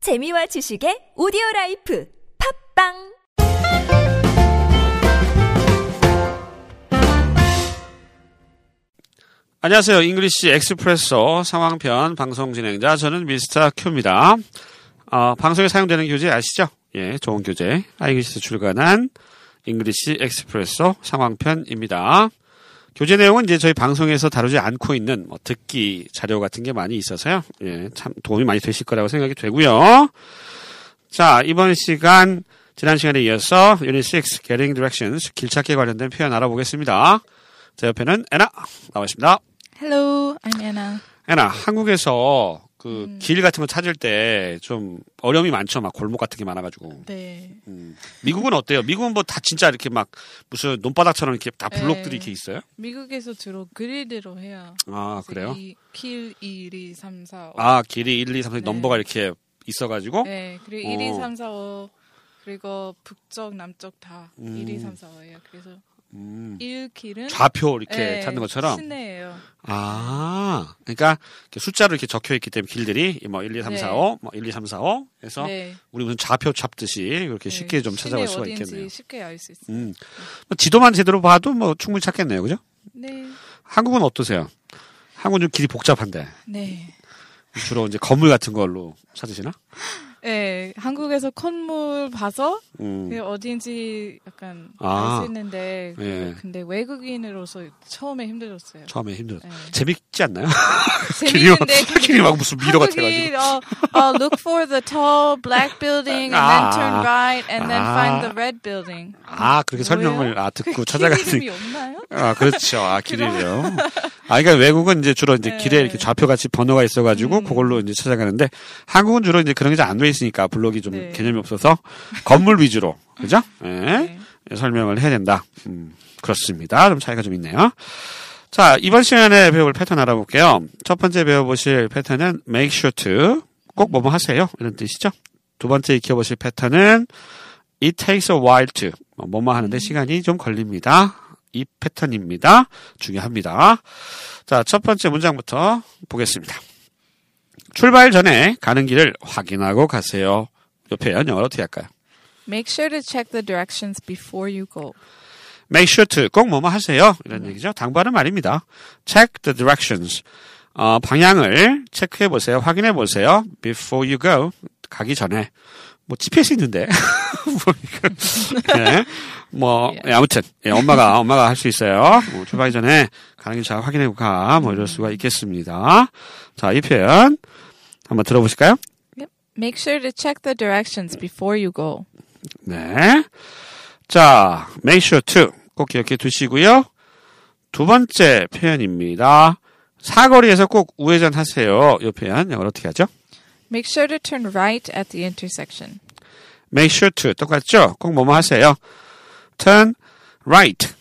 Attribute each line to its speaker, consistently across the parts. Speaker 1: 재미와 지식의 오디오 라이프 팝빵
Speaker 2: 안녕하세요. 잉글리시 엑스프레소 상황편 방송 진행자 저는 미스터 큐입니다. 어, 방송에 사용되는 교재 아시죠? 예, 좋은 교재. 아이글리시에서 출간한 잉글리시 엑스프레소 상황편입니다. 교재 내용은 이제 저희 방송에서 다루지 않고 있는 뭐 듣기 자료 같은 게 많이 있어서요. 예, 참 도움이 많이 되실 거라고 생각이 되고요. 자, 이번 시간 지난 시간에 이어서 유닛 6 Getting Directions 길찾기 관련된 표현 알아보겠습니다. 제 옆에는 에나 나와 있습니다.
Speaker 3: Hello, I'm Anna.
Speaker 2: 애나 한국에서 그
Speaker 3: 음.
Speaker 2: 길 같은 거 찾을 때 좀 어려움이 많죠. 막 골목 같은 게 많아가지고.
Speaker 3: 네.
Speaker 2: 미국은 어때요? 미국은 뭐 다 진짜 이렇게 막 무슨 논바닥처럼 이렇게 다 블록들이
Speaker 3: 네.
Speaker 2: 이렇게 있어요?
Speaker 3: 미국에서 주로 그릴대로 해요.
Speaker 2: 아 그래요?
Speaker 3: 이, 길 2, 1, 2, 3, 4, 5.
Speaker 2: 아 길이 1, 2, 3, 4
Speaker 3: 네.
Speaker 2: 넘버가 이렇게 있어가지고
Speaker 3: 네, 그리고 1,
Speaker 2: 어.
Speaker 3: 2, 3, 4, 5. 그리고 북쪽, 남쪽 다
Speaker 2: 음.
Speaker 3: 1, 2, 3, 4, 5예요. 그래서
Speaker 2: 음,
Speaker 3: 1길은 네,
Speaker 2: 좌표 이렇게 찾는 것처럼.
Speaker 3: 시내예요.
Speaker 2: 아 그러니까 이렇게 숫자로 이렇게 적혀 있기 때문에 길들이 뭐 1, 2, 3,
Speaker 3: 네.
Speaker 2: 4, 5, 뭐 1, 2, 3, 4, 5 해서
Speaker 3: 네.
Speaker 2: 우리 무슨 좌표 잡듯이 이렇게
Speaker 3: 네,
Speaker 2: 그러니까 쉽게 좀 찾아갈
Speaker 3: 시내
Speaker 2: 수가
Speaker 3: 어디인지
Speaker 2: 있겠네요.
Speaker 3: 쉽게 알 수 있어요.
Speaker 2: 음, 뭐 지도만 제대로 봐도 뭐 충분히 찾겠네요, 그죠?
Speaker 3: 네.
Speaker 2: 한국은 어떠세요? 한국은 좀 길이 복잡한데
Speaker 3: 네.
Speaker 2: 주로 이제 건물 같은 걸로 찾으시나?
Speaker 3: 네, 한국에서 건물 봐서
Speaker 2: 음.
Speaker 3: 그게 어디인지 약간
Speaker 2: 아.
Speaker 3: 알 수 있는데 그-
Speaker 2: 예.
Speaker 3: 근데 외국인으로서 처음에 힘들었어요.
Speaker 2: 처음에 힘들었.
Speaker 3: 네.
Speaker 2: 재밌지 않나요? 길이 막
Speaker 3: 재밌는데
Speaker 2: 길이 막 무슨 미로 같아가지고.
Speaker 3: 한국인, 어, 어, look for the tall black building and
Speaker 2: 아.
Speaker 3: then turn right and then
Speaker 2: 아.
Speaker 3: find the red building.
Speaker 2: 아 그렇게 설명을
Speaker 3: 뭐예요?
Speaker 2: 아 듣고
Speaker 3: 그
Speaker 2: 찾아가는.
Speaker 3: 이름이 없나요?
Speaker 2: 아 그렇죠. 아 길이요. 아 그러니까 외국은 이제 주로 이제
Speaker 3: 네.
Speaker 2: 길에 이렇게 좌표 같이 번호가 있어가지고
Speaker 3: 음.
Speaker 2: 그걸로 이제 찾아가는데 한국은 주로 이제 그런 게 잘 안 돼 있으니까 블록이 좀
Speaker 3: 네.
Speaker 2: 개념이 없어서 건물 위주로 그죠? 예.
Speaker 3: 네.
Speaker 2: 설명을 해야 된다. 음, 그렇습니다. 좀 차이가 좀 있네요. 자, 이번 시간에 배워볼 패턴 알아볼게요. 첫 번째 배워보실 패턴은 make sure to 꼭 뭐뭐 하세요. 이런 뜻이죠. 두 번째 익혀보실 패턴은 it takes a while to 뭐 뭐뭐 하는데 시간이 좀 걸립니다. 이 패턴입니다. 중요합니다. 자, 첫 번째 문장부터 보겠습니다. 출발 전에 가는 길을 확인하고 가세요. 옆에 영어로 어떻게 할까요?
Speaker 3: Make sure to check the directions before you go.
Speaker 2: make sure to 꼭 뭐뭐 하세요 이런 얘기죠. 당부하는 말입니다. check the directions 어, 방향을 체크해 보세요, 확인해 보세요 before you go 가기 전에 뭐 GPS 있는데 뭐, 네. 뭐 예, 아무튼 예, 엄마가 엄마가 할 수 있어요. 뭐, 출발하기 전에 가는 길 잘 확인해 가, 뭐 이럴 수가 있겠습니다. 자, 이 표현 한번 들어보실까요?
Speaker 3: Make sure to check the directions before you go.
Speaker 2: 네. 자, make sure to 꼭 기억해 두시고요. 두 번째 표현입니다. 사거리에서 꼭 우회전 하세요. 이 표현 영어로 어떻게 하죠?
Speaker 3: Make sure to turn right at the intersection.
Speaker 2: make sure to 똑같죠? 꼭 뭐뭐 하세요. turn right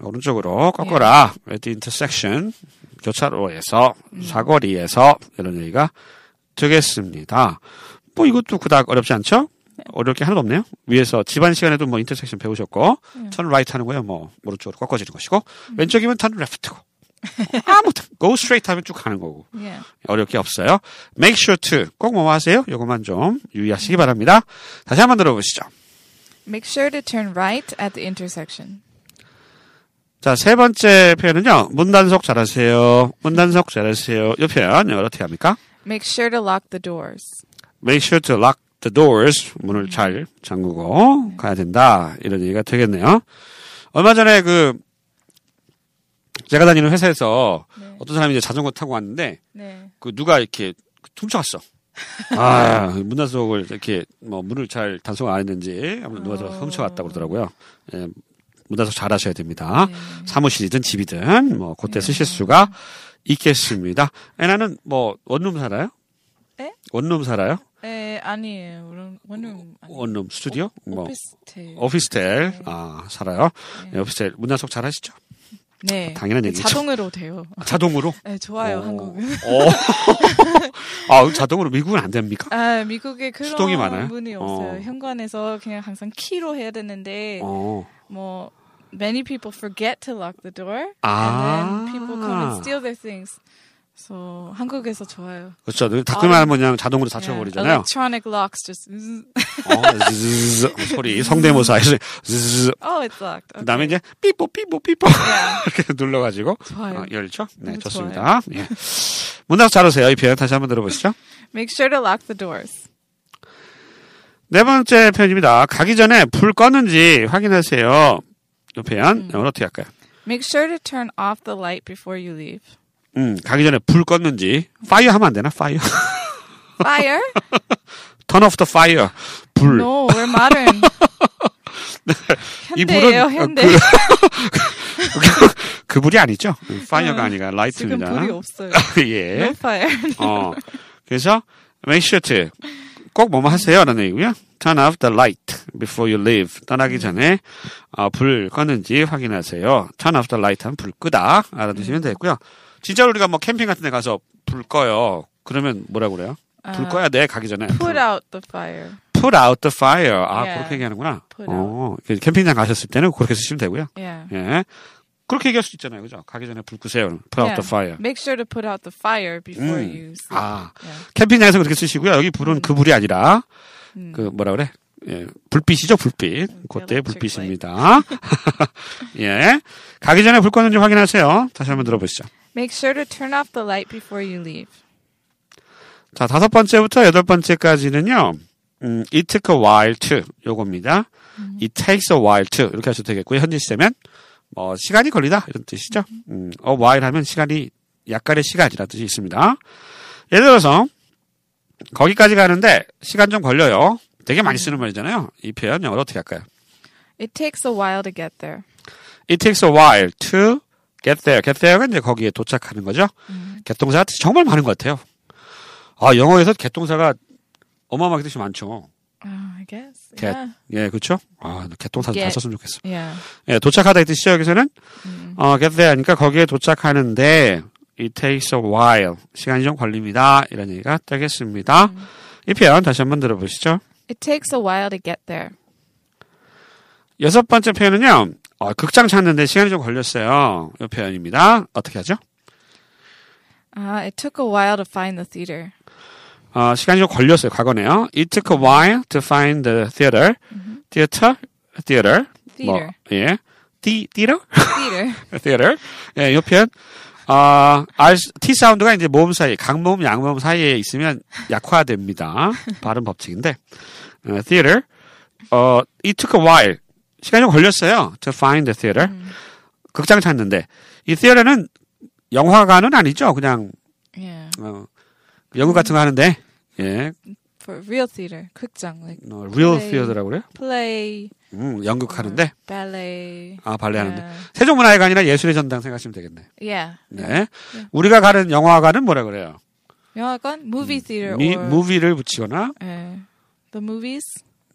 Speaker 2: 오른쪽으로 꺾어라 at the intersection 교차로에서 사거리에서 이런 얘기가 되겠습니다. 뭐 이것도 그닥 어렵지 않죠? 어려울 게 하나도 없네요. 위에서 집안 시간에도 뭐 인터섹션 배우셨고 turn right 하는 거예요. 뭐 오른쪽으로 꺾어지는 것이고 왼쪽이면 turn left고 아무튼 go straight 하면 쭉 가는 거고
Speaker 3: Yeah.
Speaker 2: 어려울 게 없어요. Make sure to 꼭 뭐뭐 하세요. 요것만 좀 유의하시기 바랍니다. 다시 한번 들어보시죠.
Speaker 3: Make sure to turn right at the intersection.
Speaker 2: 자, 세 번째 표현은요. 문단속 잘하세요. 문단속 잘하세요. 이 표현 영어로 어떻게 합니까?
Speaker 3: Make sure to lock the doors.
Speaker 2: Make sure to lock the doors. 문을 잘 잠그고 가야 된다. 이런 얘기가 되겠네요. 얼마 전에 그 제가 다니는 회사에서
Speaker 3: 네.
Speaker 2: 어떤 사람이 이제 자전거 타고 왔는데
Speaker 3: 네.
Speaker 2: 그 누가 이렇게 훔쳐갔어. 아, 문단속을 이렇게 뭐 문을 잘 단속 안 했는지 아무튼 누가 저
Speaker 3: 어.
Speaker 2: 훔쳐갔다고 그러더라고요. 예, 문단속 잘 하셔야 됩니다.
Speaker 3: 네.
Speaker 2: 사무실이든 집이든 뭐 그때 쓰실 수가 있겠습니다. 애나는 뭐 원룸 살아요?
Speaker 3: 에?
Speaker 2: 원룸 살아요?
Speaker 3: 에, 아니에요. 원룸, 원룸 아니에요.
Speaker 2: 원룸 스튜디오? 뭐
Speaker 3: 오피스텔.
Speaker 2: 오피스텔 아 살아요? 예, 오피스텔 문단속 잘 하시죠?
Speaker 3: 네.
Speaker 2: 당연한 얘기죠.
Speaker 3: 자동으로 돼요.
Speaker 2: 자동으로?
Speaker 3: 네, 좋아요,
Speaker 2: 오.
Speaker 3: 한국은.
Speaker 2: 어. 아 자동으로 미국은 안 됩니까?
Speaker 3: 아, 미국에 그런
Speaker 2: 수동이 많아요?
Speaker 3: 문이
Speaker 2: 어.
Speaker 3: 없어요. 현관에서 그냥 항상 키로 해야 되는데,
Speaker 2: 어.
Speaker 3: 뭐, many people forget to lock the door.
Speaker 2: 아.
Speaker 3: And then people come and steal their things. 그래서 한국에서 좋아요. 네.
Speaker 2: 그렇죠. 늘 닫기만 하면 그냥 자동으로 닫혀버리잖아요.
Speaker 3: Electronic locks just. zzz.
Speaker 2: 어, zzz, 소리 성대모사 해서 zzz.
Speaker 3: Oh, it's locked. Okay.
Speaker 2: 그다음에 이제 삐뽀 삐뽀 삐뽀
Speaker 3: Yeah.
Speaker 2: 이렇게 눌러가지고
Speaker 3: 네. 좋아요.
Speaker 2: 어, 열죠. 네,
Speaker 3: 네,
Speaker 2: 좋습니다. 예. 문학 잘 오세요. 이 표현 다시 한번 들어보시죠.
Speaker 3: Make sure to lock the doors.
Speaker 2: 네 번째 표현입니다. 가기 전에 불 껐는지 확인하세요. 이
Speaker 3: 음.
Speaker 2: 표현 영어로 어떻게 할까요?
Speaker 3: Make sure to turn off the light before you leave.
Speaker 2: 음, 가기 전에 불 껐는지 파이어 하면 안 되나? 파이어.
Speaker 3: Fire?
Speaker 2: Turn off the fire. 불. 네,
Speaker 3: No, we're modern. 현대예요,
Speaker 2: 이분은, 어,
Speaker 3: 현대.
Speaker 2: 그- 그 불이 아니죠. 파이어가
Speaker 3: 어,
Speaker 2: 아니라
Speaker 3: 지금
Speaker 2: 라이트입니다.
Speaker 3: 불이 없어요. 네?
Speaker 2: 예.
Speaker 3: No fire.
Speaker 2: 어. 그래서 make sure to 꼭 뭐뭐 하세요라는 얘기고요. Turn off the light before you leave. 떠나기 전에 어, 불 껐는지 확인하세요. Turn off the light 하면 불 끄다 알아두시면 되고요. 진짜로 우리가 뭐 캠핑 같은 데 가서 불 꺼요. 그러면 뭐라고 그래요? 불 꺼야 돼 가기 전에.
Speaker 3: 아, Put out the fire.
Speaker 2: Put out the fire. 아
Speaker 3: 예.
Speaker 2: 그렇게 얘기하는구나.
Speaker 3: Put out.
Speaker 2: 어, 그 캠핑장 가셨을 때는 그렇게 쓰시면 되고요.
Speaker 3: Yeah.
Speaker 2: 예. 그렇게 얘기할 수 있잖아요, 그죠? 가기 전에 불 끄세요. Put out
Speaker 3: Yeah.
Speaker 2: the fire. Mm. Ah.
Speaker 3: Make sure to put out the fire before
Speaker 2: 음.
Speaker 3: you sleep.
Speaker 2: 아
Speaker 3: Yeah.
Speaker 2: 캠핑장에서 그렇게 쓰시고요. 여기 불은 그 불이 아니라
Speaker 3: 음.
Speaker 2: 그 뭐라 그래? 예, 불빛이죠, 불빛. 그때
Speaker 3: electric
Speaker 2: 불빛입니다. 예, 가기 전에 불 껐는지 확인하세요. 다시 한번 들어보시죠.
Speaker 3: Make sure to turn off the light before you leave.
Speaker 2: 자, 다섯 번째부터 여덟 번째까지는요. 음, it took a while to 요겁니다. It takes a while to 이렇게 하셔도 되겠고요. 현지 시대면 뭐 시간이 걸리다 이런 뜻이죠. 음, a while 하면 시간이 약간의 시간이라는 뜻이 있습니다. 예를 들어서 거기까지 가는데 시간 좀 걸려요. 되게 많이 쓰는 말이잖아요. 이 표현 영어로 어떻게 할까요?
Speaker 3: It takes a while to get there.
Speaker 2: It takes a while to get there. get there가 이제 거기에 도착하는 거죠. 개똥사가 뜻이 정말 많은 것 같아요. 아, 영어에서 개똥사가 어마어마하게 뜻이 많죠.
Speaker 3: Oh, I guess.
Speaker 2: Get.
Speaker 3: Yeah.
Speaker 2: 예, 그렇죠? 아, 개똥사 잘
Speaker 3: Get.
Speaker 2: 썼으면 좋겠어.
Speaker 3: Yeah.
Speaker 2: 예, 도착하다 이 뜻이죠. 여기서는 어, get there니까 거기에 도착하는데 it takes a while. 시간이 좀 걸립니다. 이런 얘기가 되겠습니다. 이 표현 다시 한번 들어보시죠.
Speaker 3: It takes a while to get there.
Speaker 2: 여섯 번째 표현은요. 어, 극장 찾는데 시간이 좀 걸렸어요. 이 표현입니다. 어떻게 하죠?
Speaker 3: Uh, it took a while to find the theater.
Speaker 2: 어, 시간이 좀 걸렸어요. 과거네요. It took a while to find the theater. theater, theater. 뭐,
Speaker 3: Theater.
Speaker 2: 예. 디, theater?
Speaker 3: theater.
Speaker 2: theater. 예, 요 표현. 아, R, T 사운드가 이제 모음 사이, 강모음, 양모음 사이에 있으면 약화됩니다. 발음 법칙인데. 어, theater. 어, it took a while. 시간이 좀 걸렸어요. to find the theater. 극장 찾는데. 이 theater는 영화관은 아니죠. 그냥,
Speaker 3: Yeah.
Speaker 2: 어, 연극 같은 거 하는데. 예,
Speaker 3: For real theater. 극장. Like
Speaker 2: 어, real
Speaker 3: 네.
Speaker 2: theater라고 그래요?
Speaker 3: play. Uh,
Speaker 2: 음, 연극하는데.
Speaker 3: Ballet.
Speaker 2: 아, 발레하는데.
Speaker 3: Yeah.
Speaker 2: 세종문화회관이나 예술의 전당 생각하시면 되겠네.
Speaker 3: yeah.
Speaker 2: 네. 우리가 가는 영화관은 뭐라 그래요?
Speaker 3: 영화관? Movie theater.
Speaker 2: 미,
Speaker 3: or,
Speaker 2: 무비를 붙이거나
Speaker 3: Yeah. The movies?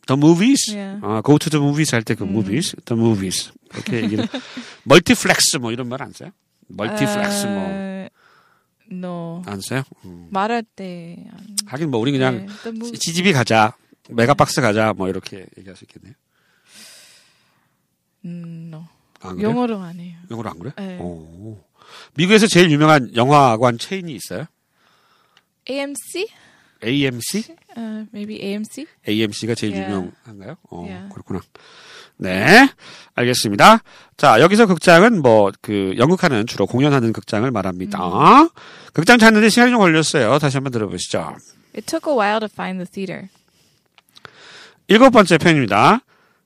Speaker 2: the movies.
Speaker 3: 예.
Speaker 2: 아, go to the movies 할 때 그 movies, the movies. 이렇게 얘기를. 멀티플렉스 뭐 이런 말 안 써요? 멀티플렉스
Speaker 3: Uh, No.
Speaker 2: 뭐 안 써요? 음.
Speaker 3: 말할 때.
Speaker 2: 하긴 뭐 우리 그냥
Speaker 3: 네, the movie.
Speaker 2: CGV 가자. 메가박스 가자 뭐 이렇게 얘기할 수 있겠네요.
Speaker 3: 음, no.
Speaker 2: 안 아, 그래요?
Speaker 3: 영어로 안 해요.
Speaker 2: 영어로 안 그래?
Speaker 3: 네.
Speaker 2: 오. 미국에서 제일 유명한 영화관 체인이 있어요?
Speaker 3: AMC?
Speaker 2: AMC?
Speaker 3: Uh, maybe AMC?
Speaker 2: AMC가 제일
Speaker 3: 예.
Speaker 2: 유명한가요? 어,
Speaker 3: 예.
Speaker 2: 그렇구나. 네, 알겠습니다. 자, 여기서 극장은 뭐 그 연극하는 주로 공연하는 극장을 말합니다.
Speaker 3: 음.
Speaker 2: 극장 찾는데 시간이 좀 걸렸어요. 다시 한번 들어보시죠.
Speaker 3: It took a while to find the theater.
Speaker 2: 일곱 번째 편입니다.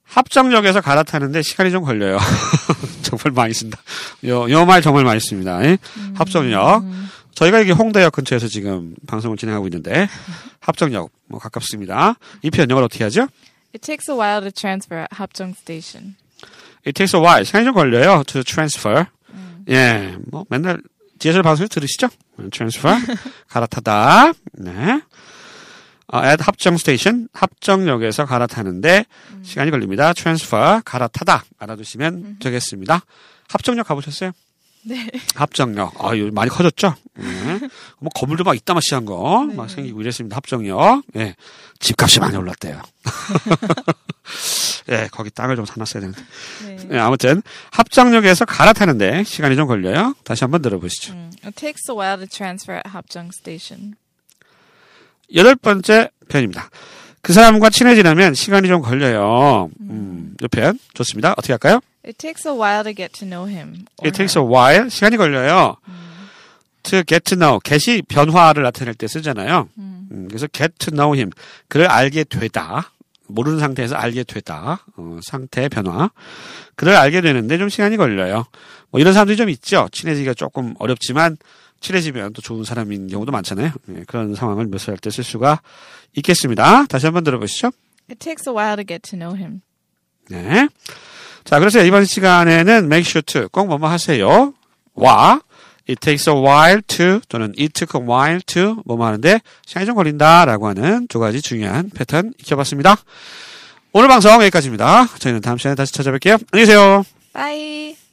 Speaker 2: 합정역에서 갈아타는데 시간이 좀 걸려요. 정말 많이 쓴다. 요, 요 말 정말 많이 씁니다. 예?
Speaker 3: 음.
Speaker 2: 합정역. 저희가 여기 홍대역 근처에서 지금 방송을 진행하고 있는데, 합정역, 뭐 가깝습니다. 이 편 영어로 어떻게 하죠?
Speaker 3: It takes a while to transfer at Hapjeong Station.
Speaker 2: It takes a while. 시간이 좀 걸려요. To transfer. 예, 뭐 맨날 디젤 방송 들으시죠? Transfer. 갈아타다. 네. 어, at 합정 스테이션 합정역에서 갈아타는데 시간이 걸립니다. Transfer 갈아타다 알아두시면 되겠습니다. 합정역 가보셨어요?
Speaker 3: 네.
Speaker 2: 합정역. 아, 요 많이 커졌죠? 네. 뭐 건물도 막 이따마시한 거 막 생기고 이랬습니다. 합정역. 예. 집값이 많이 올랐대요. 예, 거기 땅을 좀 사놨어야 되는데.
Speaker 3: 네.
Speaker 2: 예, 아무튼 합정역에서 갈아타는데 시간이 좀 걸려요. 다시 한번 들어보시죠.
Speaker 3: Mm. It takes a while to transfer at Hapjeong Station.
Speaker 2: 여덟 번째 표현입니다. 그 사람과 친해지려면 시간이 좀 걸려요. 음, 이 표현 좋습니다. 어떻게 할까요?
Speaker 3: It takes a while to get to know him.
Speaker 2: 어,
Speaker 3: or
Speaker 2: It takes
Speaker 3: her.
Speaker 2: a while. 시간이 걸려요. To get to know. get이 변화를 나타낼 때 쓰잖아요. 음, 그래서 get to know him. 그를 알게 되다. 모르는 상태에서 알게 되다. 어, 상태의 변화. 그를 알게 되는데 좀 시간이 걸려요. 뭐 이런 사람들이 좀 있죠. 친해지기가 조금 어렵지만 친해지면 또 좋은 사람인 경우도 많잖아요. 예, 그런 상황을 묘사할 때 쓸 수가 있겠습니다. 다시 한번 들어보시죠.
Speaker 3: It takes a while to get to know him.
Speaker 2: 네. 자, 그래서 이번 시간에는 make sure to 꼭 뭐뭐 하세요. 와 it takes a while to 또는 it took a while to 뭐뭐 하는데 시간이 좀 걸린다라고 하는 두 가지 중요한 패턴 익혀봤습니다. 오늘 방송 여기까지입니다. 저희는 다음 시간에 다시 찾아뵐게요. 안녕히 계세요.
Speaker 3: Bye.